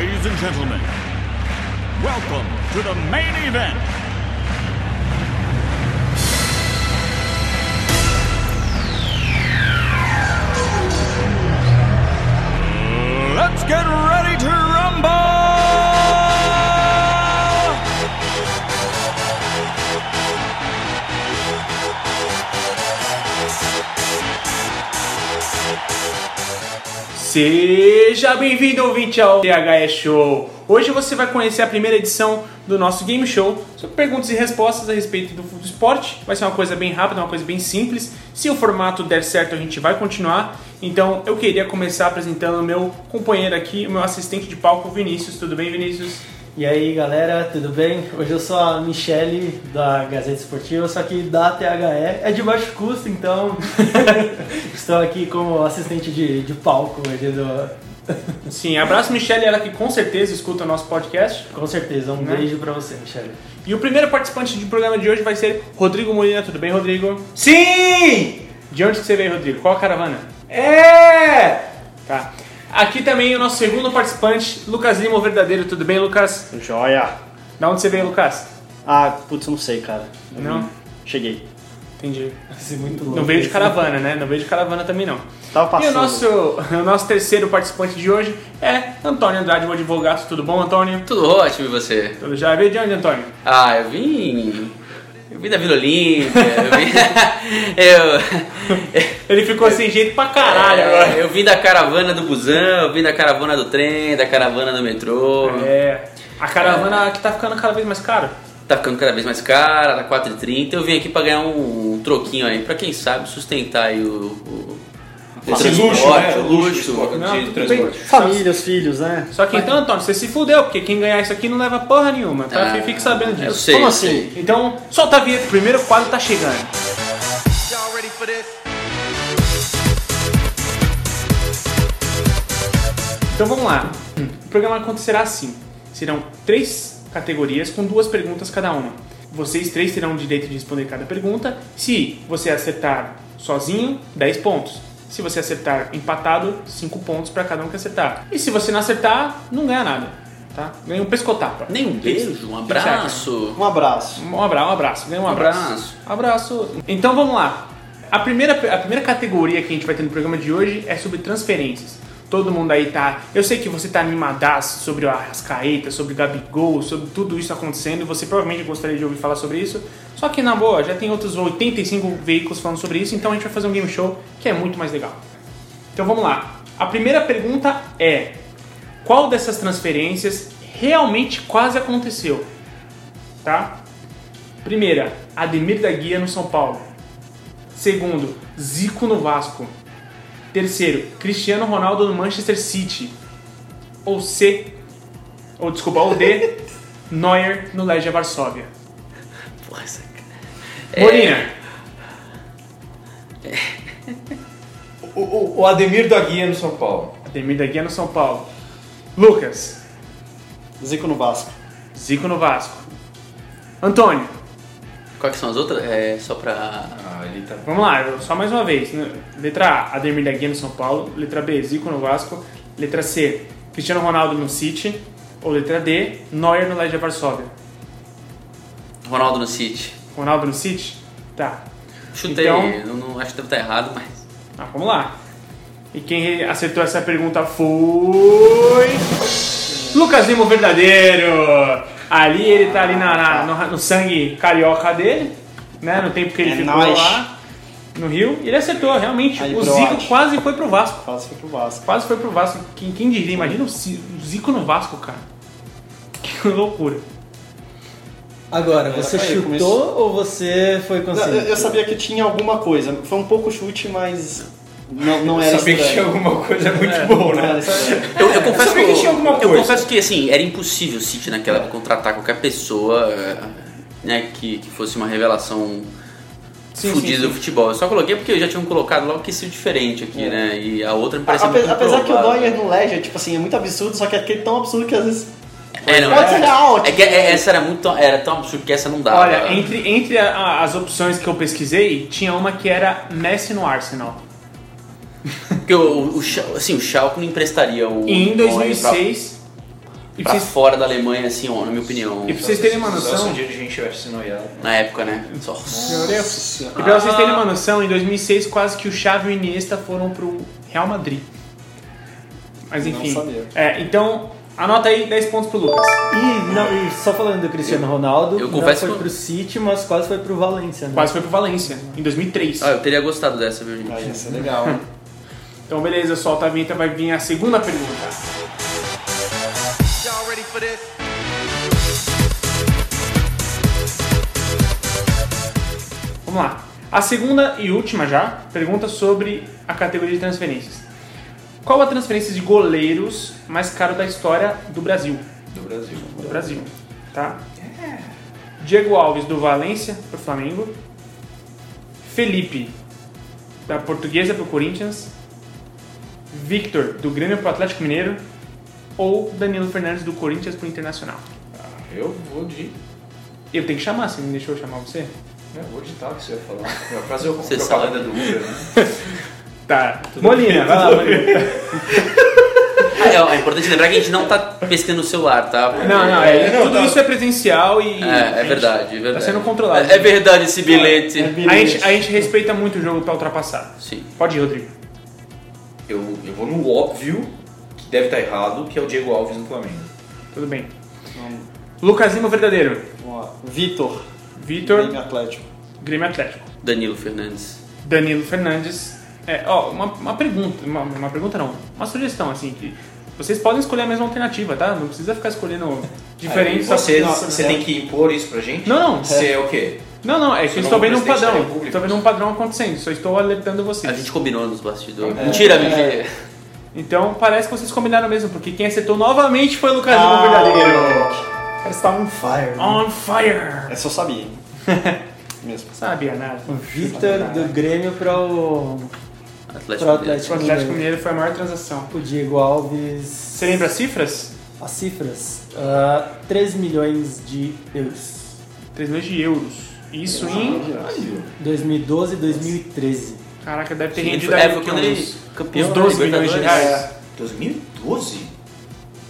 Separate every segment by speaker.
Speaker 1: gentlemen, welcome to the main event. Let's get ready to rumble!
Speaker 2: Seja bem-vindo, ouvinte, ao THE Show. Hoje você vai conhecer a primeira edição do nosso game show sobre perguntas e respostas a respeito do do esporte. Vai ser uma coisa bem rápida, uma coisa bem simples. Se o formato der certo, a gente vai continuar. Então eu queria começar apresentando o meu companheiro aqui, o meu assistente de palco, Vinícius. Tudo bem, Vinícius?
Speaker 3: E aí galera, tudo bem? Hoje eu sou a Michele da Gazeta Esportiva, só que da THE. É de baixo custo, então estou aqui como assistente de, de palco hoje do.
Speaker 2: Sim, abraço, Michelle, ela que com certeza escuta o nosso podcast.
Speaker 3: Com certeza,
Speaker 4: Né?
Speaker 3: um beijo pra você, Michele.
Speaker 2: E o primeiro participante do programa de hoje vai ser Rodrigo Molina. Tudo bem, Rodrigo?
Speaker 4: Sim!
Speaker 2: De onde que você veio, Rodrigo? Qual a caravana?
Speaker 4: É!
Speaker 2: Tá. Aqui também o nosso segundo participante, Lucas Lima, o verdadeiro. Tudo bem, Lucas?
Speaker 4: Joia!
Speaker 2: Da onde você veio, Lucas?
Speaker 4: Ah, putz, não sei, cara. Eu
Speaker 2: Não?
Speaker 4: Cheguei.
Speaker 2: Entendi.
Speaker 3: Assim, muito louco.
Speaker 2: Não veio de
Speaker 3: isso.
Speaker 2: caravana, né? Não veio de caravana também, não.
Speaker 4: Tava
Speaker 2: E o
Speaker 4: passando.
Speaker 2: nosso, o nosso terceiro participante de hoje é Antônio Andrade, o advogado. Tudo bom, Antônio?
Speaker 5: Tudo ótimo e você?
Speaker 2: Tudo já veio de onde, Antônio?
Speaker 5: Ah, eu vim. Eu vim da Vila Olímpia, eu vim. eu. é,
Speaker 2: Ele ficou sem jeito pra
Speaker 4: É,
Speaker 2: caralho agora.
Speaker 5: Eu vim da caravana do busão, eu vim da caravana do trem, da caravana do metrô.
Speaker 2: É. A caravana que tá ficando cada vez mais cara.
Speaker 5: Tá ficando cada vez mais cara, tá 4,30. Eu vim aqui pra ganhar um, um troquinho aí, pra quem sabe sustentar aí o. o o
Speaker 6: Esse
Speaker 5: transporte,
Speaker 6: luxo, né?
Speaker 5: o
Speaker 6: Luxo,
Speaker 5: luxo.
Speaker 6: esporte
Speaker 2: Não,
Speaker 6: de
Speaker 2: tudo
Speaker 6: transporte.
Speaker 2: bem.
Speaker 3: Família, os filhos, né?
Speaker 2: Só que então, Antônio, você se fudeu, porque quem ganhar isso aqui não leva porra nenhuma, tá?
Speaker 5: Ah,
Speaker 2: Fique sabendo disso.
Speaker 5: Eu sei.
Speaker 3: Como
Speaker 5: eu
Speaker 3: assim?
Speaker 5: sei.
Speaker 2: Então, solta a vinheta, o primeiro quadro tá chegando. Então vamos lá. O programa acontecerá assim: serão três categorias com duas perguntas cada uma. Vocês três terão o direito de responder cada pergunta. Se você acertar sozinho, 10 pontos. Se você acertar empatado, 5 pontos pra cada um que acertar. E se você não acertar, não ganha nada, tá? Ganha um pescotapa.
Speaker 5: Nem um beijo, um
Speaker 2: O que você acha?
Speaker 5: abraço.
Speaker 3: Um abraço.
Speaker 2: Um abraço, um abraço. Ganha um abraço.
Speaker 5: Abraço.
Speaker 2: Abraço. Então vamos lá. A primeira, a primeira categoria que a gente vai ter no programa de hoje é sobre transferências. Todo mundo aí tá. Eu sei que você tá animadaço sobre o Arrascaeta, sobre o Gabigol, sobre tudo isso acontecendo. Você provavelmente gostaria de ouvir falar sobre isso. Só que na boa, já tem outros 85 veículos falando sobre isso, então a gente vai fazer um game show que é muito mais legal. Então vamos lá. A primeira pergunta é: qual dessas transferências realmente quase aconteceu? Tá? Primeira, Ademir da Guia no São Paulo. Segundo, Zico no Vasco. Terceiro, Cristiano Ronaldo no Manchester City. Ou C, ou desculpa, ou D, Neuer no Legia Varsóvia.
Speaker 5: Porra, essa cara. É.
Speaker 2: Molina,
Speaker 6: O, o- o Ademir da Guia no São Paulo.
Speaker 2: Ademir da Guia no São Paulo. Lucas,
Speaker 3: Zico no Vasco.
Speaker 2: Zico no Vasco. Antônio,
Speaker 5: Quais são as outras? É, só pra.
Speaker 6: Ah, ele tá.
Speaker 2: Vamos lá, só mais uma vez. né? Letra A, Ademir da Guia no São Paulo. Letra B, Zico no Vasco. Letra C, Cristiano Ronaldo no City. Ou letra D, Neuer no Legia Varsóvia.
Speaker 5: Ronaldo no City.
Speaker 2: Ronaldo no City? Tá.
Speaker 5: Chutei,
Speaker 2: Então-
Speaker 5: não, não- acho que deve estar errado, mas.
Speaker 2: Ah, vamos lá. E quem acertou essa pergunta foi. Lucas Lima, o verdadeiro! Ali ele tá ali na, na- no, no sangue carioca dele, né? No tempo que ele
Speaker 3: É
Speaker 2: ficou
Speaker 3: nóis.
Speaker 2: lá no Rio. E ele acertou, realmente.
Speaker 3: Aí
Speaker 2: o
Speaker 3: pro
Speaker 2: Zico
Speaker 3: Arte.
Speaker 2: quase foi pro Vasco.
Speaker 3: Fácil foi pro Vasco.
Speaker 2: Quase foi pro Vasco. Quem, quem diria? Imagina o Ci- o Zico no Vasco, cara. Que loucura.
Speaker 3: Agora, você
Speaker 6: pra ele,
Speaker 3: chutou
Speaker 6: começou.
Speaker 3: ou você foi
Speaker 4: Não,
Speaker 3: consciente?
Speaker 4: eu, eu sabia que tinha alguma coisa. Foi um pouco chute, mas não, não era
Speaker 6: Eu sabia que tinha
Speaker 4: estranho. É,
Speaker 6: alguma coisa muito boa,
Speaker 4: Não
Speaker 6: né?
Speaker 4: era estranho.
Speaker 5: Eu, eu confesso que,
Speaker 6: sabia que tinha alguma
Speaker 5: eu, eu
Speaker 6: coisa.
Speaker 5: confesso que assim, era impossível o City naquela época contratar qualquer pessoa né, que, que fosse uma revelação
Speaker 2: Sim,
Speaker 5: fudida
Speaker 2: sim,
Speaker 5: do futebol. Eu só coloquei porque já tinham colocado logo que ser diferente aqui, né? E a outra me
Speaker 4: Ape-
Speaker 5: parecia muito
Speaker 4: Apesar que o
Speaker 5: improvável.
Speaker 4: Neuer no Ledger, tipo assim, é muito absurdo, só que é aquele tão absurdo que às vezes
Speaker 5: é, não,
Speaker 4: pode ser
Speaker 5: é,
Speaker 4: real.
Speaker 5: é que é- essa era muito era tão absurdo que essa não dava.
Speaker 2: Olha, entre, entre a- a- as opções que eu pesquisei, tinha uma que era Messi no Arsenal.
Speaker 5: porque o, o, Schal- assim, o Schalke não emprestaria o
Speaker 2: E em
Speaker 5: Neuer pra-
Speaker 2: 2006, E pra
Speaker 5: pra
Speaker 2: vocês,
Speaker 5: fora da Alemanha, assim, ó, na minha opinião.
Speaker 2: e pra vocês terem uma
Speaker 6: Nossa, um
Speaker 2: noção.
Speaker 6: dia de gente vai se noiar.
Speaker 5: Na época, né? Só.
Speaker 2: E pra vocês terem uma noção, em 2006 quase que o Xavi e o Iniesta foram pro Real Madrid. Mas
Speaker 4: Não
Speaker 2: enfim.
Speaker 4: sabia.
Speaker 2: É, então, anota aí 10 pontos pro Lucas.
Speaker 3: E, não, e só falando do Cristiano Ronaldo,
Speaker 5: eu
Speaker 3: não
Speaker 5: confesso
Speaker 3: foi
Speaker 5: que eu-
Speaker 3: pro City, mas quase foi pro Valência, né?
Speaker 2: Quase foi pro Valência, em 2003.
Speaker 5: Ah, eu teria gostado dessa, viu, gente?
Speaker 4: Ah, isso é legal.
Speaker 2: Então, beleza, solta a vinheta, vai vir a segunda pergunta. Vamos lá. A segunda e última já pergunta sobre a categoria de transferências. Qual a transferência de goleiros mais cara da história do Brasil?
Speaker 6: Do Brasil.
Speaker 2: Do Brasil, tá? Diego Alves do Valência pro Flamengo. Felipe da Portuguesa pro Corinthians. Victor do Grêmio pro Atlético Mineiro ou Danilo Fernandes do Corinthians pro Internacional.
Speaker 6: Ah, Eu vou de.
Speaker 2: Eu tenho que chamar, você me deixou chamar você?
Speaker 6: Eu vou digitar o que você ia falar. Eu ia fazer
Speaker 5: Você
Speaker 6: o propaganda
Speaker 5: sabe.
Speaker 6: do Uber, né?
Speaker 2: Tá. Molina, vai lá, Molina.
Speaker 5: Ah, é, é importante lembrar que a gente não tá pescando no celular, tá? Porque-
Speaker 2: Não, não, é,
Speaker 6: não,
Speaker 2: tudo
Speaker 6: não.
Speaker 2: isso é presencial e.
Speaker 5: É, é
Speaker 2: a gente-
Speaker 5: verdade, é verdade.
Speaker 2: Tá sendo controlado.
Speaker 5: É, é verdade esse bilhete.
Speaker 2: A gente, a gente respeita muito o jogo pra ultrapassar.
Speaker 5: Sim.
Speaker 2: Pode ir, Rodrigo.
Speaker 6: Eu, eu vou no óbvio, que deve estar errado, que é o Diego Alves no Flamengo.
Speaker 2: Tudo bem. Lucas Lima, verdadeiro.
Speaker 4: Vamos lá. Vitor,
Speaker 2: Vitor,
Speaker 4: Grêmio Atlético.
Speaker 2: Grêmio Atlético.
Speaker 5: Danilo Fernandes.
Speaker 2: Danilo Fernandes. É, ó, uma, uma pergunta, uma, uma pergunta não, uma sugestão, assim, que vocês podem escolher a mesma alternativa, tá? Não precisa ficar escolhendo diferentes. é.
Speaker 6: Aí, você,
Speaker 4: Nossa,
Speaker 6: você
Speaker 4: né?
Speaker 6: tem que impor isso pra gente?
Speaker 2: Não, não.
Speaker 6: Você é o quê?
Speaker 2: Não, não, é que
Speaker 6: Você
Speaker 2: eu
Speaker 6: não
Speaker 2: estou
Speaker 6: é
Speaker 2: vendo um
Speaker 6: presidente da
Speaker 2: padrão,
Speaker 6: República.
Speaker 2: estou vendo um padrão acontecendo, só estou alertando
Speaker 5: A
Speaker 2: vocês.
Speaker 5: gente combinou nos bastidores. Mentira, mentira.
Speaker 2: Então, parece que vocês combinaram mesmo, porque quem acertou novamente foi o Lucas Lima,
Speaker 4: Ah,
Speaker 2: verdadeiro.
Speaker 4: O cara está on fire. né?
Speaker 2: On fire!
Speaker 4: Essa eu sabia. hein? Mesmo.
Speaker 2: Sabia nada.
Speaker 3: O Victor do Grêmio para o,
Speaker 5: Atlético.
Speaker 3: pra o
Speaker 5: Mineiro.
Speaker 2: O
Speaker 3: Atlético
Speaker 2: Atlético
Speaker 3: Mineiro.
Speaker 2: Mineiro foi a maior transação.
Speaker 3: O Diego Alves...
Speaker 2: Você lembra as cifras?
Speaker 3: As cifras? Ah, 3 milhões de euros.
Speaker 2: 3 milhões de euros. Isso em...
Speaker 3: 2012 e 2013.
Speaker 2: Caraca, deve ter
Speaker 5: Sim,
Speaker 2: rendido
Speaker 5: foi-
Speaker 2: aí
Speaker 5: é, foi quando
Speaker 2: uns-
Speaker 5: ele campeão
Speaker 2: uns
Speaker 5: da
Speaker 2: 12 milhões de
Speaker 5: Libertadores.
Speaker 2: reais.
Speaker 6: 2012?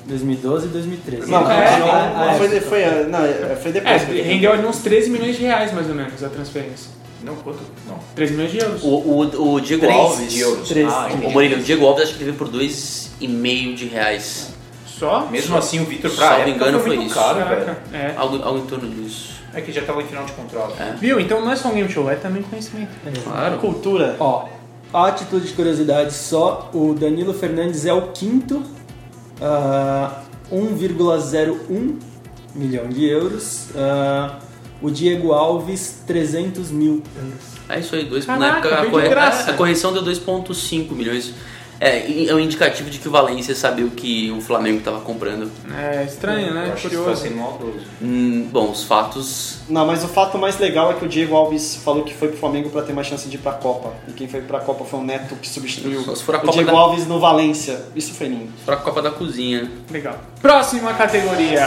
Speaker 3: 2012 e 2013.
Speaker 4: Não,
Speaker 2: É,
Speaker 4: não,
Speaker 3: Ah, ah,
Speaker 4: não, foi,
Speaker 3: é.
Speaker 4: de- foi, a- não, é, foi
Speaker 2: É,
Speaker 4: depois.
Speaker 2: rendeu ali uns 13 milhões de reais, mais ou menos, a transferência.
Speaker 6: Não, quanto? Não.
Speaker 2: 13 milhões de euros.
Speaker 5: O, o, o Diego
Speaker 6: Três
Speaker 5: Alves.
Speaker 6: de euros.
Speaker 3: Três
Speaker 6: Ah,
Speaker 3: de
Speaker 5: Ô,
Speaker 6: entendi.
Speaker 5: Murilo, o Diego Alves acho que ele veio por 2,5 de reais.
Speaker 2: Só?
Speaker 6: Mesmo assim, o Vitor,
Speaker 5: Salvo
Speaker 6: pra época,
Speaker 5: engano,
Speaker 6: foi
Speaker 5: foi
Speaker 6: muito
Speaker 5: isso.
Speaker 6: caro,
Speaker 2: Caraca,
Speaker 6: velho.
Speaker 2: é.
Speaker 5: Algo, algo em torno disso.
Speaker 6: É que já tava em final de contrato.
Speaker 5: É.
Speaker 2: Viu? Então não é só um game show, é também conhecimento.
Speaker 5: Claro.
Speaker 4: Cultura.
Speaker 3: Ó, a atitude de curiosidade só, o Danilo Fernandes é o quinto, ah, 1,01 milhão de euros. ah, o Diego Alves, 300 mil euros.
Speaker 5: É isso aí, dois,
Speaker 2: Caraca,
Speaker 5: na época
Speaker 2: veio
Speaker 5: a,
Speaker 2: de
Speaker 5: corre-
Speaker 2: graça.
Speaker 5: a correção deu 2,5 milhões. É, e é um indicativo de que o Valência sabia o que o Flamengo estava comprando.
Speaker 2: É estranho, né?
Speaker 6: Eu acho que isso tá
Speaker 2: Curioso.
Speaker 6: sendo maldoso.
Speaker 5: Hum, bom, os fatos.
Speaker 4: Não, mas o fato mais legal é que o Diego Alves falou que foi pro Flamengo pra ter mais chance de ir pra Copa. E quem foi pra Copa foi o Neto que substituiu
Speaker 5: Só se for a
Speaker 4: o
Speaker 5: Copa
Speaker 4: Diego
Speaker 5: da-
Speaker 4: Alves no Valência. Isso foi lindo.
Speaker 5: Pra Copa da Cozinha.
Speaker 2: Legal. Próxima categoria.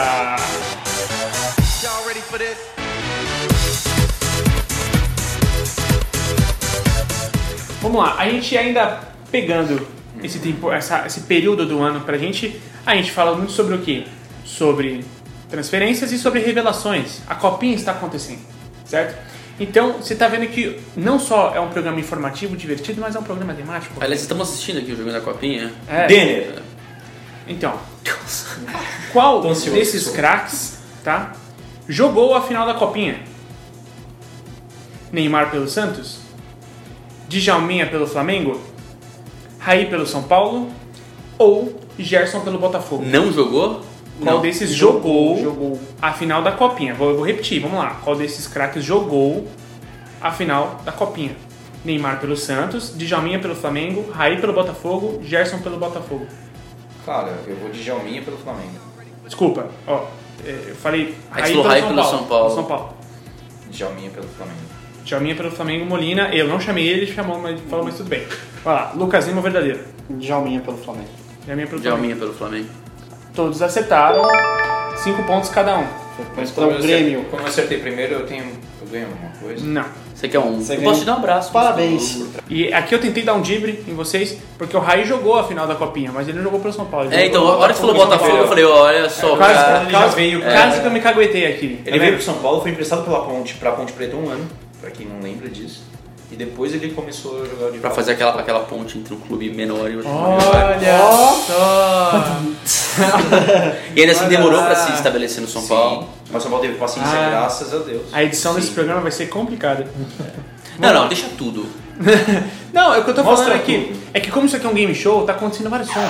Speaker 2: Vamos lá, a gente ainda pegando esse tempo, essa- esse período do ano pra gente, a gente fala muito sobre o quê? Sobre transferências e sobre revelações. A copinha está acontecendo, certo? Então, você tá vendo que não só é um programa informativo, divertido, mas é um programa temático.
Speaker 5: Aliás, estamos assistindo aqui o jogo da Copinha.
Speaker 2: É.
Speaker 6: Denner.
Speaker 2: Então, qual
Speaker 6: Tô ansioso,
Speaker 2: desses
Speaker 6: sou.
Speaker 2: craques, tá? Jogou a final da Copinha? Neymar pelo Santos? Djalminha pelo Flamengo? Raí pelo São Paulo? Ou Gerson pelo Botafogo?
Speaker 5: Não jogou?
Speaker 2: Qual
Speaker 5: Não.
Speaker 2: desses jogou,
Speaker 4: Jogou.
Speaker 2: a final da Copinha? Vou, eu vou repetir, vamos lá. Qual desses craques jogou a final da Copinha? Neymar pelo Santos, Djalminha pelo Flamengo, Raí pelo Botafogo, Gerson pelo Botafogo.
Speaker 6: Cara, eu vou de Jalminha pelo Flamengo.
Speaker 2: Desculpa, ó, é, eu falei
Speaker 5: Aí tu falou Raí pelo São Paulo.
Speaker 2: São Paulo.
Speaker 6: Jalminha pelo Flamengo.
Speaker 2: Djalminha pelo Flamengo, Molina. Eu não chamei ele, ele chamou, mas falou, mas tudo bem. Vai lá, Lucas Lima verdadeiro.
Speaker 4: Djalminha pelo Flamengo.
Speaker 2: Djalminha pelo Flamengo.
Speaker 5: Djalminha pelo Flamengo.
Speaker 2: Todos acertaram, cinco pontos cada um.
Speaker 4: Foi
Speaker 6: Mas
Speaker 4: pra
Speaker 6: como
Speaker 4: o
Speaker 6: eu
Speaker 4: Grêmio.
Speaker 6: acertei, como eu acertei primeiro, eu tenho. Eu ganho alguma coisa.
Speaker 2: Não.
Speaker 5: Você quer um.
Speaker 4: Você
Speaker 5: eu
Speaker 4: ganha
Speaker 5: posso te dar um abraço.
Speaker 4: Parabéns.
Speaker 2: E aqui eu tentei dar um dibre em vocês, porque o Raí jogou a final da Copinha, mas ele não jogou pelo São Paulo. ele
Speaker 5: É, então,
Speaker 2: jogou-
Speaker 5: a hora que você falou Botafogo, eu falei, olha só,
Speaker 2: É, Quase,
Speaker 5: cara.
Speaker 6: já
Speaker 2: quase,
Speaker 6: veio,
Speaker 2: quase
Speaker 6: é.
Speaker 2: que eu me caguetei aqui. tá
Speaker 6: Ele veio
Speaker 2: vendo?
Speaker 6: pro São Paulo, foi emprestado pela Ponte, pra Ponte Preta um ano, pra quem não lembra disso. E depois ele começou a jogar de
Speaker 5: Pra fazer aquela, aquela ponte entre um clube menor e outro clube maior.
Speaker 2: Olha só!
Speaker 5: E ainda assim
Speaker 2: Olha
Speaker 5: demorou
Speaker 2: lá.
Speaker 5: pra se estabelecer no São
Speaker 6: São Paulo.
Speaker 5: Paulo.
Speaker 6: Mas São Paulo teve paciência,
Speaker 2: Ah.
Speaker 6: graças a Deus.
Speaker 2: A edição
Speaker 6: Sim.
Speaker 2: desse programa vai ser complicada.
Speaker 5: Não, não, deixa tudo.
Speaker 2: Não, é o que eu tô
Speaker 6: Mostra
Speaker 2: falando aqui.
Speaker 6: tudo.
Speaker 2: É que como isso aqui é um game show, tá acontecendo vários sons.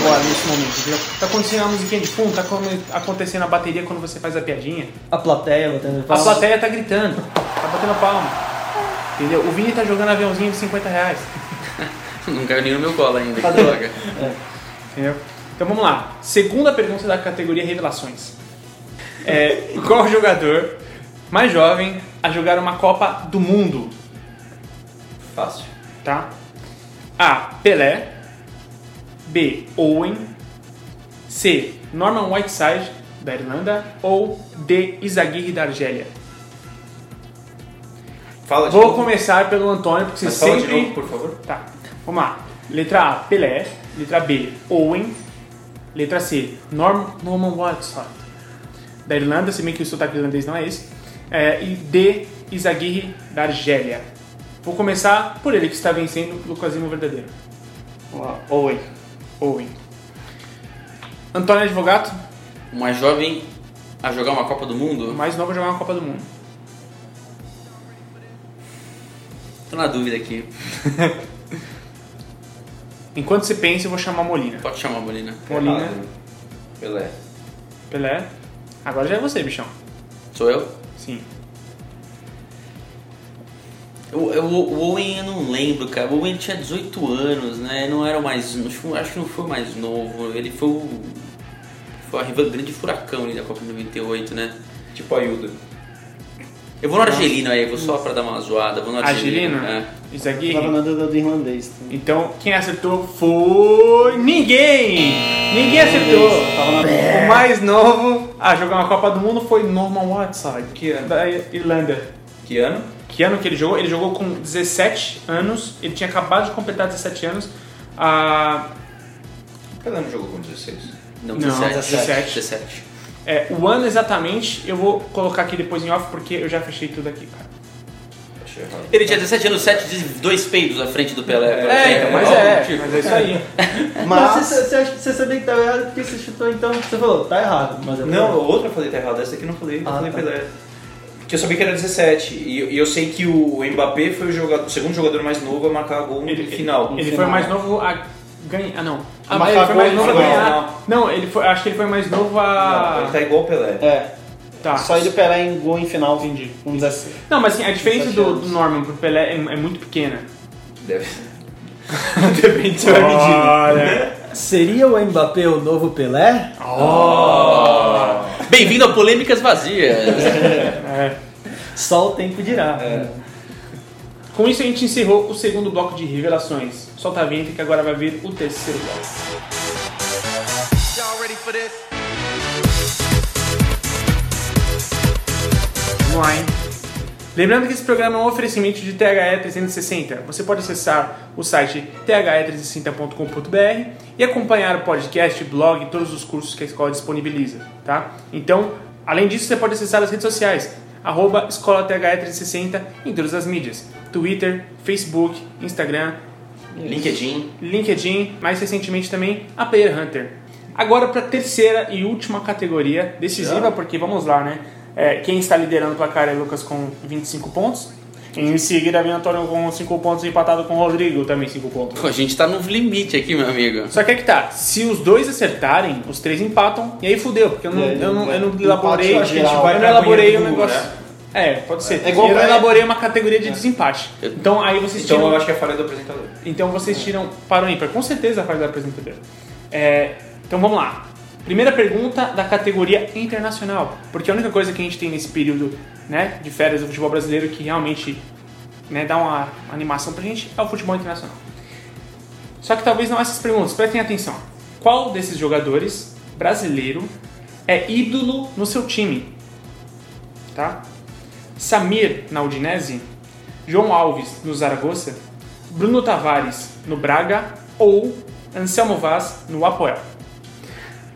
Speaker 2: Agora, nesse momento, entendeu? Tá acontecendo a musiquinha de fundo, tá come- acontecendo a bateria quando você faz a piadinha.
Speaker 3: A plateia batendo
Speaker 2: A
Speaker 3: palma.
Speaker 2: plateia tá gritando, tá batendo palma. Entendeu? O Vini tá jogando aviãozinho de 50 reais.
Speaker 5: Não caiu nem no meu colo ainda, que Tá droga.
Speaker 2: Entendeu? Então vamos lá. Segunda pergunta da categoria Revelações. É, qual jogador mais jovem a jogar uma Copa do Mundo?
Speaker 6: Fácil.
Speaker 2: Tá? A. Pelé. B. Owen. C. Norman Whiteside, da Irlanda. Ou D. Izaguirre, da Argélia.
Speaker 6: Fala de
Speaker 2: Vou
Speaker 6: novo.
Speaker 2: começar pelo Antônio, porque você
Speaker 6: Mas fala de
Speaker 2: sempre
Speaker 6: novo, por favor.
Speaker 2: Tá, vamos lá. Letra A, Pelé. Letra B, Owen. Letra C, Norm, Norman Watson. Da Irlanda, se bem que o sotaque irlandês não é esse. É, e D, Izaguirre, da Argélia. Vou começar por ele, que está vencendo o Lucasismo Verdadeiro.
Speaker 4: Vamos lá.
Speaker 2: Owen. Owen. Antônio Advogato,
Speaker 5: Uma jovem a jogar uma Copa do
Speaker 2: o
Speaker 5: Mundo?
Speaker 2: mais novo a jogar uma Copa do Mundo.
Speaker 5: Tô na dúvida aqui.
Speaker 2: Enquanto você pensa, eu vou chamar Molina.
Speaker 5: Pode chamar a Molina.
Speaker 2: Molina,
Speaker 6: Errado. Pelé.
Speaker 2: Pelé. Agora já é você, bichão.
Speaker 5: Sou eu?
Speaker 2: Sim.
Speaker 5: Eu, eu- o Owen eu não lembro, cara. O Owen tinha 18 anos, né? Não era o mais. Acho, que- acho que não foi o mais novo. Ele foi o. Foi a rival grande furacão ali da Copa de 98, né?
Speaker 6: Tipo a Hilda.
Speaker 5: Eu vou no Argelino aí, vou só pra dar uma zoada. Vou no Argelino.
Speaker 2: Argelino,
Speaker 5: é.
Speaker 4: Eu tava
Speaker 2: Izaguirre.
Speaker 4: na dúvida do irlandês.
Speaker 5: tá?
Speaker 2: Então, quem acertou foi ninguém! Ninguém acertou!
Speaker 4: Tava na dúvida.
Speaker 2: O mais novo a jogar uma Copa do Mundo foi Norman Whiteside, é
Speaker 6: Que ano?
Speaker 2: da Irlanda.
Speaker 6: Que ano?
Speaker 2: Que ano que ele jogou? Ele jogou com 17 anos, ele tinha acabado de completar 17 anos. Ah,
Speaker 6: Pelé não jogou com 16.
Speaker 5: Não,
Speaker 2: Não,
Speaker 5: 17.
Speaker 2: 17.
Speaker 5: 17.
Speaker 2: é, o ano exatamente eu vou colocar aqui depois em off porque eu já fechei tudo aqui, cara.
Speaker 6: Achei errado.
Speaker 5: Ele tinha 17 anos, 7 de dois peidos à frente do Pelé.
Speaker 6: É, então,
Speaker 2: mas
Speaker 5: algo
Speaker 2: é,
Speaker 5: do tipo.
Speaker 2: mas é isso aí.
Speaker 3: Mas
Speaker 4: Mas
Speaker 3: você, você, acha- você sabia que tava errado porque você chutou então. Você falou, tá errado. Mas eu
Speaker 6: Não, a outra eu falei tá errado, essa aqui eu não falei, eu
Speaker 3: Ah,
Speaker 6: falei
Speaker 3: tá.
Speaker 6: Pelé. Porque eu sabia que era 17. E, eu- e eu sei que o Mbappé foi o, jogador- o segundo jogador mais novo a marcar gol no
Speaker 2: Ele-
Speaker 6: final.
Speaker 2: Ele foi o mais novo a ganhar. Ah, não. Ah,
Speaker 4: A
Speaker 2: mas ele foi
Speaker 4: marcar
Speaker 2: mais
Speaker 4: gol
Speaker 2: novo a
Speaker 4: no final.
Speaker 2: ganhar. Não, ele foi, acho que ele foi mais novo
Speaker 6: Não,
Speaker 2: a.
Speaker 6: ele tá igual o Pelé.
Speaker 4: é,
Speaker 2: Tá.
Speaker 4: só ele Pelé em gol em final.
Speaker 2: Entendi.
Speaker 4: Um 17.
Speaker 2: Não, mas assim, a diferença do,
Speaker 4: 17
Speaker 2: do Norman pro Pelé é, é muito pequena.
Speaker 6: Deve. Depende de vai medir.
Speaker 2: Olha.
Speaker 3: Seria o Mbappé o novo Pelé?
Speaker 5: Bem-vindo a Polêmicas Vazias.
Speaker 3: Só o tempo dirá.
Speaker 4: É.
Speaker 2: Com isso a gente encerrou o segundo bloco de revelações. Solta a vinheta que agora vai vir o terceiro bloco. Vamos lá, hein? Lembrando que esse programa é um oferecimento de THE 360. Você pode acessar o site the360.com.br e acompanhar o podcast, blog e todos os cursos que a escola disponibiliza, tá? Então, além disso, você pode acessar as redes sociais, arroba escola THE360 em todas as mídias, Twitter, Facebook, Instagram,
Speaker 5: LinkedIn.
Speaker 2: LinkedIn, mais recentemente também a Player Hunter. Agora para a terceira e última categoria, decisiva, porque vamos lá, né? É, quem está liderando o placar é Lucas com 25 pontos. Em seguida vem Antônio com 5 pontos, empatado com o Rodrigo, também 5 pontos.
Speaker 5: Pô, a gente tá no limite aqui, meu amigo.
Speaker 2: Só que é que tá, se os dois acertarem, os três empatam, e aí fudeu, porque eu não,
Speaker 4: E aí, é,
Speaker 2: eu não, eu não
Speaker 4: empate
Speaker 2: elaborei,
Speaker 4: geral. né?
Speaker 2: eu
Speaker 6: Vai
Speaker 2: não
Speaker 6: pra
Speaker 2: elaborei
Speaker 6: cunha
Speaker 2: o
Speaker 6: do muro,
Speaker 2: negócio. É, pode ser.
Speaker 4: É igual
Speaker 2: eu não
Speaker 4: pra- É.
Speaker 2: elaborei uma categoria de desempate. Então aí vocês
Speaker 6: Então
Speaker 2: tiram.
Speaker 6: eu acho que é a falha do apresentador.
Speaker 2: Então vocês tiram para o ímpar, com certeza faz da apresentadora. É, então vamos lá. Primeira pergunta da categoria internacional, porque a única coisa que a gente tem nesse período né, de férias do futebol brasileiro que realmente né, dá uma animação pra gente é o futebol internacional. Só que talvez não essas perguntas, prestem atenção. Qual desses jogadores brasileiro é ídolo no seu time. Tá? Samir na Udinese, João Alves no Zaragoza, Bruno Tavares no Braga ou Anselmo Vaz no Apoel.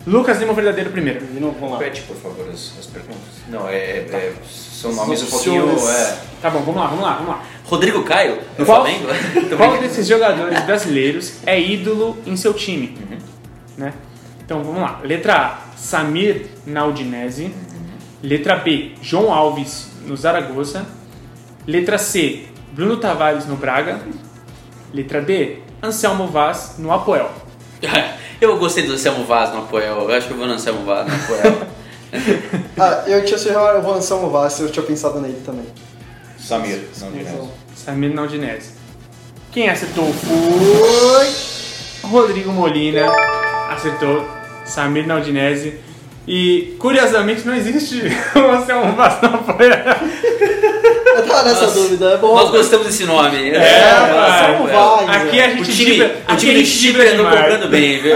Speaker 2: Lucas Lima, o verdadeiro primeiro.
Speaker 4: De novo,
Speaker 3: Ah.
Speaker 4: vamos lá.
Speaker 6: Repete, por favor, as, as perguntas. Não, é,
Speaker 3: Tá.
Speaker 6: é- é- são nomes um pouquinho.
Speaker 4: Opções.
Speaker 6: É,
Speaker 2: Tá bom, vamos lá, vamos lá, vamos lá.
Speaker 5: Rodrigo Caio, no
Speaker 2: Qual-
Speaker 5: Flamengo.
Speaker 2: Qual desses jogadores brasileiros é ídolo em seu time? Né? Então vamos lá. Letra A, Samir na Udinese. Letra B, João Alves no Zaragoza. Letra C, Bruno Tavares no Braga. Letra D, Anselmo Vaz no Apoel.
Speaker 5: eu gostei do Anselmo Vaz no Apoel. Eu acho que eu vou no Anselmo Vaz no Apoel.
Speaker 4: Ah, eu tinha sugerido o Juan São Vaz, eu tinha pensado nele também.
Speaker 6: Samir, não de
Speaker 4: Então,
Speaker 2: Samir na Udinese. Quem acertou foi. Rodrigo Molina acertou Samir na Udinese. E curiosamente não existe o Anselmo Vaz na Apoel.
Speaker 4: Eu tava nessa dúvida, é bom.
Speaker 5: Nós gostamos desse nome. É,
Speaker 4: Anselmo Vaz.
Speaker 2: Aqui a
Speaker 5: O
Speaker 2: gente
Speaker 5: time,
Speaker 2: dibra,
Speaker 5: o
Speaker 2: aqui
Speaker 5: time
Speaker 2: a
Speaker 5: do
Speaker 2: gente dibra
Speaker 5: Chipre andou
Speaker 2: é demais.
Speaker 5: comprando né? bem, viu?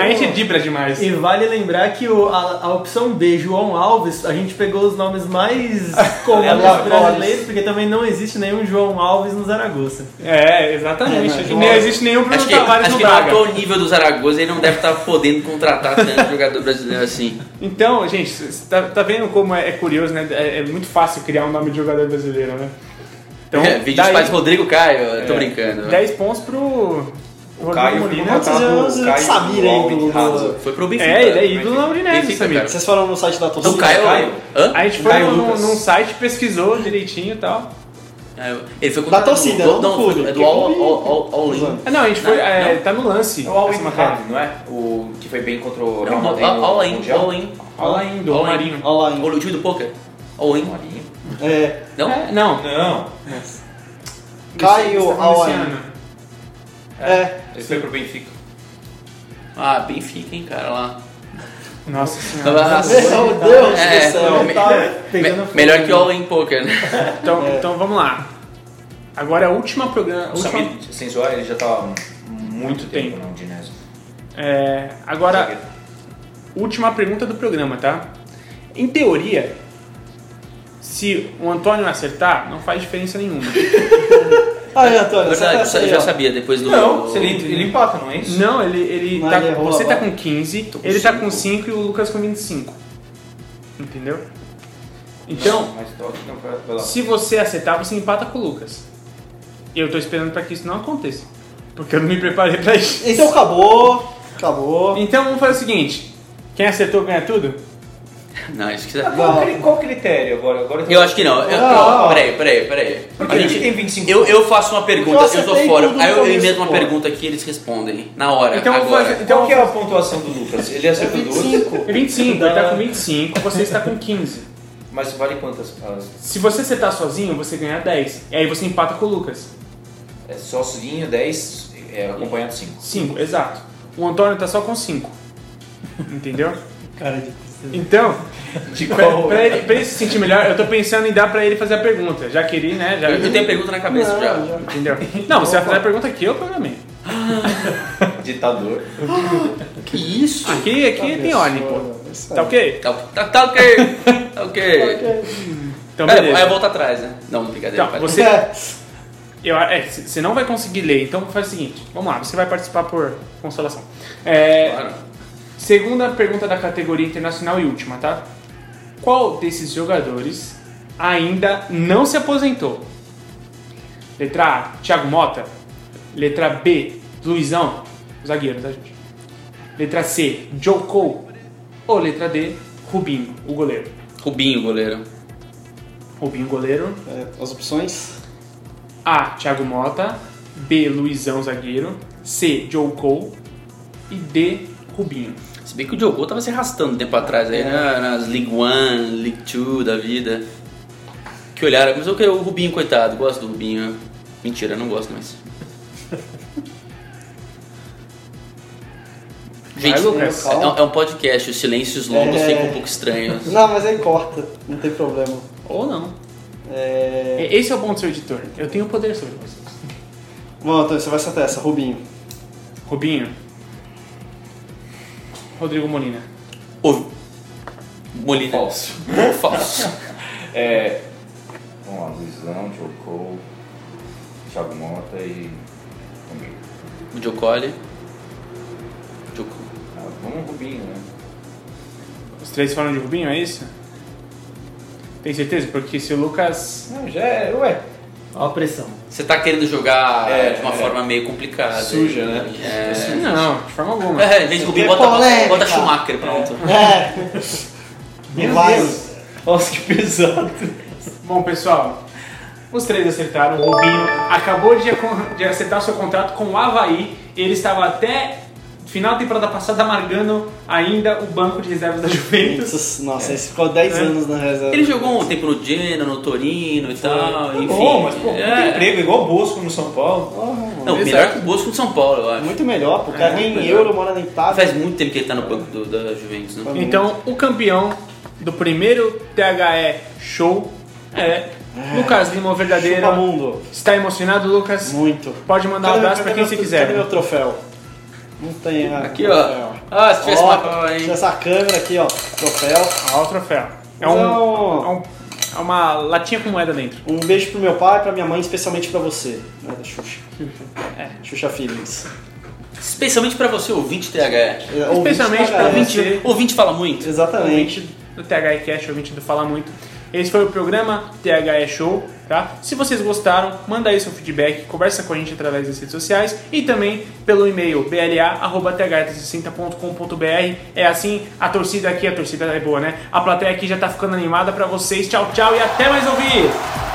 Speaker 2: A gente dibra demais.
Speaker 3: E vale lembrar que o- a, a opção B, João Alves, a gente pegou os nomes mais comuns
Speaker 4: Aleatórios.
Speaker 3: brasileiros, porque também não existe nenhum João Alves no Zaragoza.
Speaker 2: É, exatamente.
Speaker 4: É,
Speaker 2: E
Speaker 4: não,
Speaker 2: nem
Speaker 4: eu-
Speaker 2: existe nenhum Bruno
Speaker 5: Acho que,
Speaker 2: Tavares
Speaker 5: acho
Speaker 2: no
Speaker 5: que não
Speaker 2: Braga.
Speaker 5: atua o nível do Zaragoza, ele não deve estar podendo contratar tanto jogador brasileiro assim.
Speaker 2: Então, gente, cê tá, tá vendo como é, é curioso, né? É, é muito fácil criar um nome de jogador brasileiro, né? Então,
Speaker 5: é, vídeos
Speaker 2: daí-
Speaker 5: faz Rodrigo Caio, eu tô
Speaker 2: É.
Speaker 5: brincando. né?
Speaker 2: 10 pontos pro
Speaker 6: O
Speaker 2: Rodrigo
Speaker 6: Caio tá foi
Speaker 2: Molina.
Speaker 4: Antes eu- eu-
Speaker 6: contratado.
Speaker 4: Samir
Speaker 6: o
Speaker 4: aí
Speaker 6: Alvin
Speaker 4: do-
Speaker 6: Hazard.
Speaker 5: Foi pro Benfica.
Speaker 2: É, ele é ídolo na Udinese,
Speaker 5: Benfica,
Speaker 2: Samir.
Speaker 5: cara.
Speaker 4: Vocês foram no site da torcida?
Speaker 5: Do Caio.
Speaker 6: Caio.
Speaker 5: né? Hã?
Speaker 2: A gente foi
Speaker 6: Caio
Speaker 2: num,
Speaker 6: Lucas.
Speaker 2: num site, pesquisou direitinho e tal.
Speaker 5: É, Ele foi
Speaker 4: Da torcida, não do
Speaker 5: foi
Speaker 4: clube,
Speaker 5: É do
Speaker 4: que
Speaker 5: All,
Speaker 4: clube-
Speaker 5: all, all, all In.
Speaker 2: Ah, não, a gente foi.
Speaker 5: Não,
Speaker 2: é,
Speaker 5: não.
Speaker 2: Tá no lance.
Speaker 6: É o All
Speaker 2: essa
Speaker 6: In
Speaker 2: matéria.
Speaker 6: Hazard, não é? O que foi bem contra o Real
Speaker 5: É, Não,
Speaker 6: Madrid
Speaker 5: all,
Speaker 6: no
Speaker 5: all In,
Speaker 6: Mundial.
Speaker 5: All In.
Speaker 2: All in, do Marinho.
Speaker 4: Olha lá, hein?
Speaker 5: Olha o time do poker. All In.
Speaker 4: É,
Speaker 5: Não?
Speaker 2: É, não.
Speaker 6: Não,
Speaker 4: Caio
Speaker 2: Isso tá falando
Speaker 4: All
Speaker 2: esse
Speaker 4: In.
Speaker 2: ano.
Speaker 4: é.
Speaker 6: ele foi pro Benfica.
Speaker 5: Ah, Benfica, hein, cara, lá.
Speaker 2: Nossa senhora.
Speaker 5: Tava-
Speaker 4: Meu Deus
Speaker 5: É,
Speaker 4: do céu.
Speaker 5: me-
Speaker 4: Tá.
Speaker 3: Pegando
Speaker 5: me- melhor que o All In Poker, né?
Speaker 2: Então, então vamos lá. Agora a última programa.
Speaker 6: O
Speaker 2: última-
Speaker 6: Samir, sem zoar, ele já tá há muito tempo
Speaker 2: Tempo.
Speaker 6: na Udinese.
Speaker 2: É, agora, última pergunta do programa, tá? Em teoria, se o Antônio acertar, não faz diferença nenhuma.
Speaker 4: Aí, Antônio, você
Speaker 5: Verdade,
Speaker 4: tá
Speaker 5: eu sa- eu
Speaker 4: aí,
Speaker 5: já
Speaker 4: ó.
Speaker 5: sabia depois do.
Speaker 6: Não,
Speaker 5: do-
Speaker 6: se ele, ele empata, não é isso?
Speaker 2: Não, ele, ele
Speaker 4: Mas
Speaker 2: tá,
Speaker 4: ele errou
Speaker 2: você tá
Speaker 4: agora.
Speaker 2: com 15,
Speaker 5: com
Speaker 2: ele tá
Speaker 5: cinco.
Speaker 2: com 5 e o Lucas com 25. Entendeu? Então,
Speaker 6: Mas toque, não, vai vai lá.
Speaker 2: se você acertar, você empata com o Lucas. Eu tô esperando pra que isso não aconteça. Porque eu não me preparei pra isso.
Speaker 4: Então acabou. Acabou.
Speaker 2: Então vamos fazer o seguinte: quem acertou ganha tudo?
Speaker 5: Não, acho que.
Speaker 6: Qual, cri- qual critério agora? agora
Speaker 5: Eu acho que não. Eu,
Speaker 4: Ah.
Speaker 5: ó, peraí, peraí, peraí.
Speaker 6: Por que
Speaker 5: A
Speaker 6: ele
Speaker 5: gente-
Speaker 6: tem 25
Speaker 5: eu, eu faço uma pergunta,
Speaker 4: eu
Speaker 5: eu, tô
Speaker 4: acertei
Speaker 5: fora.
Speaker 4: tudo
Speaker 5: Aí eu
Speaker 4: no começo,
Speaker 5: invento uma
Speaker 4: pô.
Speaker 5: pergunta aqui e eles respondem. Na hora,
Speaker 2: Então eu vou
Speaker 5: agora.
Speaker 2: fazer-
Speaker 6: Qual que é a pontuação do Lucas? Ele acertou duas,
Speaker 4: 25.
Speaker 2: 25, ele tá com 25, você está com 15.
Speaker 6: mas vale quantas? As-
Speaker 2: Se você acertar sozinho, você ganha 10. E aí você empata com o Lucas.
Speaker 6: É só sozinho, 10, é, acompanhado 5.
Speaker 2: 5, exato. O Antônio tá só com 5. Entendeu?
Speaker 3: Cara de tristeza.
Speaker 2: Então,
Speaker 6: De
Speaker 2: pra, pra ele, pra ele se sentir melhor, eu tô pensando em dar pra ele fazer a pergunta. Já queria, né? Já,
Speaker 5: Eu, eu tenho a pergunta na cabeça
Speaker 4: Não,
Speaker 5: já.
Speaker 4: já.
Speaker 2: Entendeu? Não, você vai fazer a pergunta que eu programei.
Speaker 6: Ditador.
Speaker 5: Que isso?
Speaker 2: Aqui, aqui tem ordem, pô.
Speaker 4: Isso aí.
Speaker 2: Tá ok?
Speaker 5: Tá, tá, tá ok. Tá ok.
Speaker 2: Então,
Speaker 5: Aí eu- aí eu
Speaker 2: beleza.
Speaker 5: volto atrás, né? Não, brincadeira.
Speaker 2: Então,
Speaker 5: vai.
Speaker 2: você,
Speaker 4: É.
Speaker 2: eu, é, c- você não vai conseguir ler, então faz o seguinte: vamos lá, você vai participar por consolação. É,
Speaker 5: Claro.
Speaker 2: Segunda pergunta da categoria internacional e última, tá? Qual desses jogadores ainda não se aposentou? Letra A, Thiago Mota. Letra B, Luizão. Zagueiro, tá, gente? Letra C, Joe Cole. Ou letra D, Rubinho, o goleiro.
Speaker 5: Rubinho, goleiro.
Speaker 2: Rubinho, goleiro.
Speaker 4: É, As opções.
Speaker 2: A, Thiago Mota. B, Luizão, zagueiro. C, Joe Cole. E D, Rubinho.
Speaker 5: Se bem que o Diogo tava se arrastando um tempo atrás
Speaker 2: É.
Speaker 5: aí, né? Nas League One, League Two da vida. Que olharam, mas eu quero o Rubinho, coitado, gosto do Rubinho. né? Mentira, não gosto mais. Gente,
Speaker 2: Lucas.
Speaker 5: é, um- é um podcast, os silêncios longos
Speaker 4: É.
Speaker 5: ficam um pouco estranhos.
Speaker 4: Não, mas aí corta, não tem problema.
Speaker 2: Ou não.
Speaker 4: É...
Speaker 2: E- Esse é o bom do seu editor. Eu tenho poder sobre vocês.
Speaker 4: Bom, Antônio, você vai acertar essa, Rubinho.
Speaker 2: Rubinho. Rodrigo Molina.
Speaker 5: O Molina.
Speaker 6: Falso.
Speaker 5: Bom, falso.
Speaker 6: É. Vamos lá, Luizão, Jocou, Thiago Mota e. comigo.
Speaker 5: O Giocoli. Gioco-
Speaker 6: Ah, vamos Rubinho, né?
Speaker 2: Os três falam de Rubinho, é isso? Tem certeza? Porque se o Lucas.
Speaker 6: Não, já é. Ué.
Speaker 7: Ó a pressão.
Speaker 5: Você tá querendo jogar
Speaker 6: É,
Speaker 5: de uma
Speaker 6: é.
Speaker 5: forma meio complicada.
Speaker 6: Suja, né?
Speaker 5: É.
Speaker 2: Não, de forma alguma.
Speaker 5: É, em vez de Rubinho, bota,
Speaker 3: polêmica.
Speaker 5: bota Schumacher, pronto.
Speaker 3: É.
Speaker 6: Meu
Speaker 3: Vai.
Speaker 6: Deus. Nossa, que pesado.
Speaker 2: Bom, pessoal, os três acertaram. O Rubinho acabou de, acon- de acertar seu contrato com o Havaí. Ele estava até final da temporada passada amargando ainda o banco de reservas da Juventus.
Speaker 3: Nossa, Nossa, esse ficou 10
Speaker 2: É.
Speaker 3: anos na reserva.
Speaker 5: Ele jogou um tempo no Genoa, no Torino e tal, enfim.
Speaker 8: Bom, mas pô,
Speaker 5: É.
Speaker 8: tem emprego, igual o Bosco no São Paulo.
Speaker 3: Porra, mano.
Speaker 5: Não, melhor que o Bosco do São Paulo, eu acho.
Speaker 3: Muito melhor, pô. O
Speaker 2: É,
Speaker 3: cara ganha em
Speaker 5: melhor.
Speaker 3: euro, mora na Itália.
Speaker 5: Faz muito tempo que ele tá no banco do- da Juventus, né?
Speaker 2: Então, o campeão do primeiro THE Show é Lucas Lima, o verdadeiro.
Speaker 3: Chupa mundo.
Speaker 2: Está emocionado, Lucas?
Speaker 3: Muito.
Speaker 2: Pode mandar um
Speaker 3: Cadê-
Speaker 2: abraço pra
Speaker 3: cadê
Speaker 2: quem
Speaker 3: meu-
Speaker 2: você quiser.
Speaker 3: Cadê meu troféu? Não tem, né?
Speaker 5: Aqui, ó. Ah, se tivesse
Speaker 3: Ó,
Speaker 5: uma cola, hein?
Speaker 3: tinha essa câmera aqui, ó. Troféu.
Speaker 2: Ah, o troféu. É, um,
Speaker 3: Não.
Speaker 2: é um- é uma latinha com moeda dentro.
Speaker 3: Um beijo pro meu pai, pra minha mãe, especialmente pra você. Né, da Xuxa.
Speaker 2: É.
Speaker 3: Xuxa Feelings.
Speaker 5: Especialmente pra você, ouvinte TH.
Speaker 3: Ouvinte
Speaker 2: Especialmente
Speaker 3: da
Speaker 2: pra
Speaker 3: galera.
Speaker 2: ouvinte.
Speaker 5: Ouvinte fala muito.
Speaker 3: Exatamente.
Speaker 2: do THE Cast, ouvinte do Fala Muito. Esse foi o programa THE Show, tá? Se vocês gostaram, manda aí seu feedback, conversa com a gente através das redes sociais e também pelo e-mail bla.th360.com.br. É assim, a torcida aqui, a torcida é boa, né? A plateia aqui já tá ficando animada pra vocês. Tchau, tchau e até mais ouvir!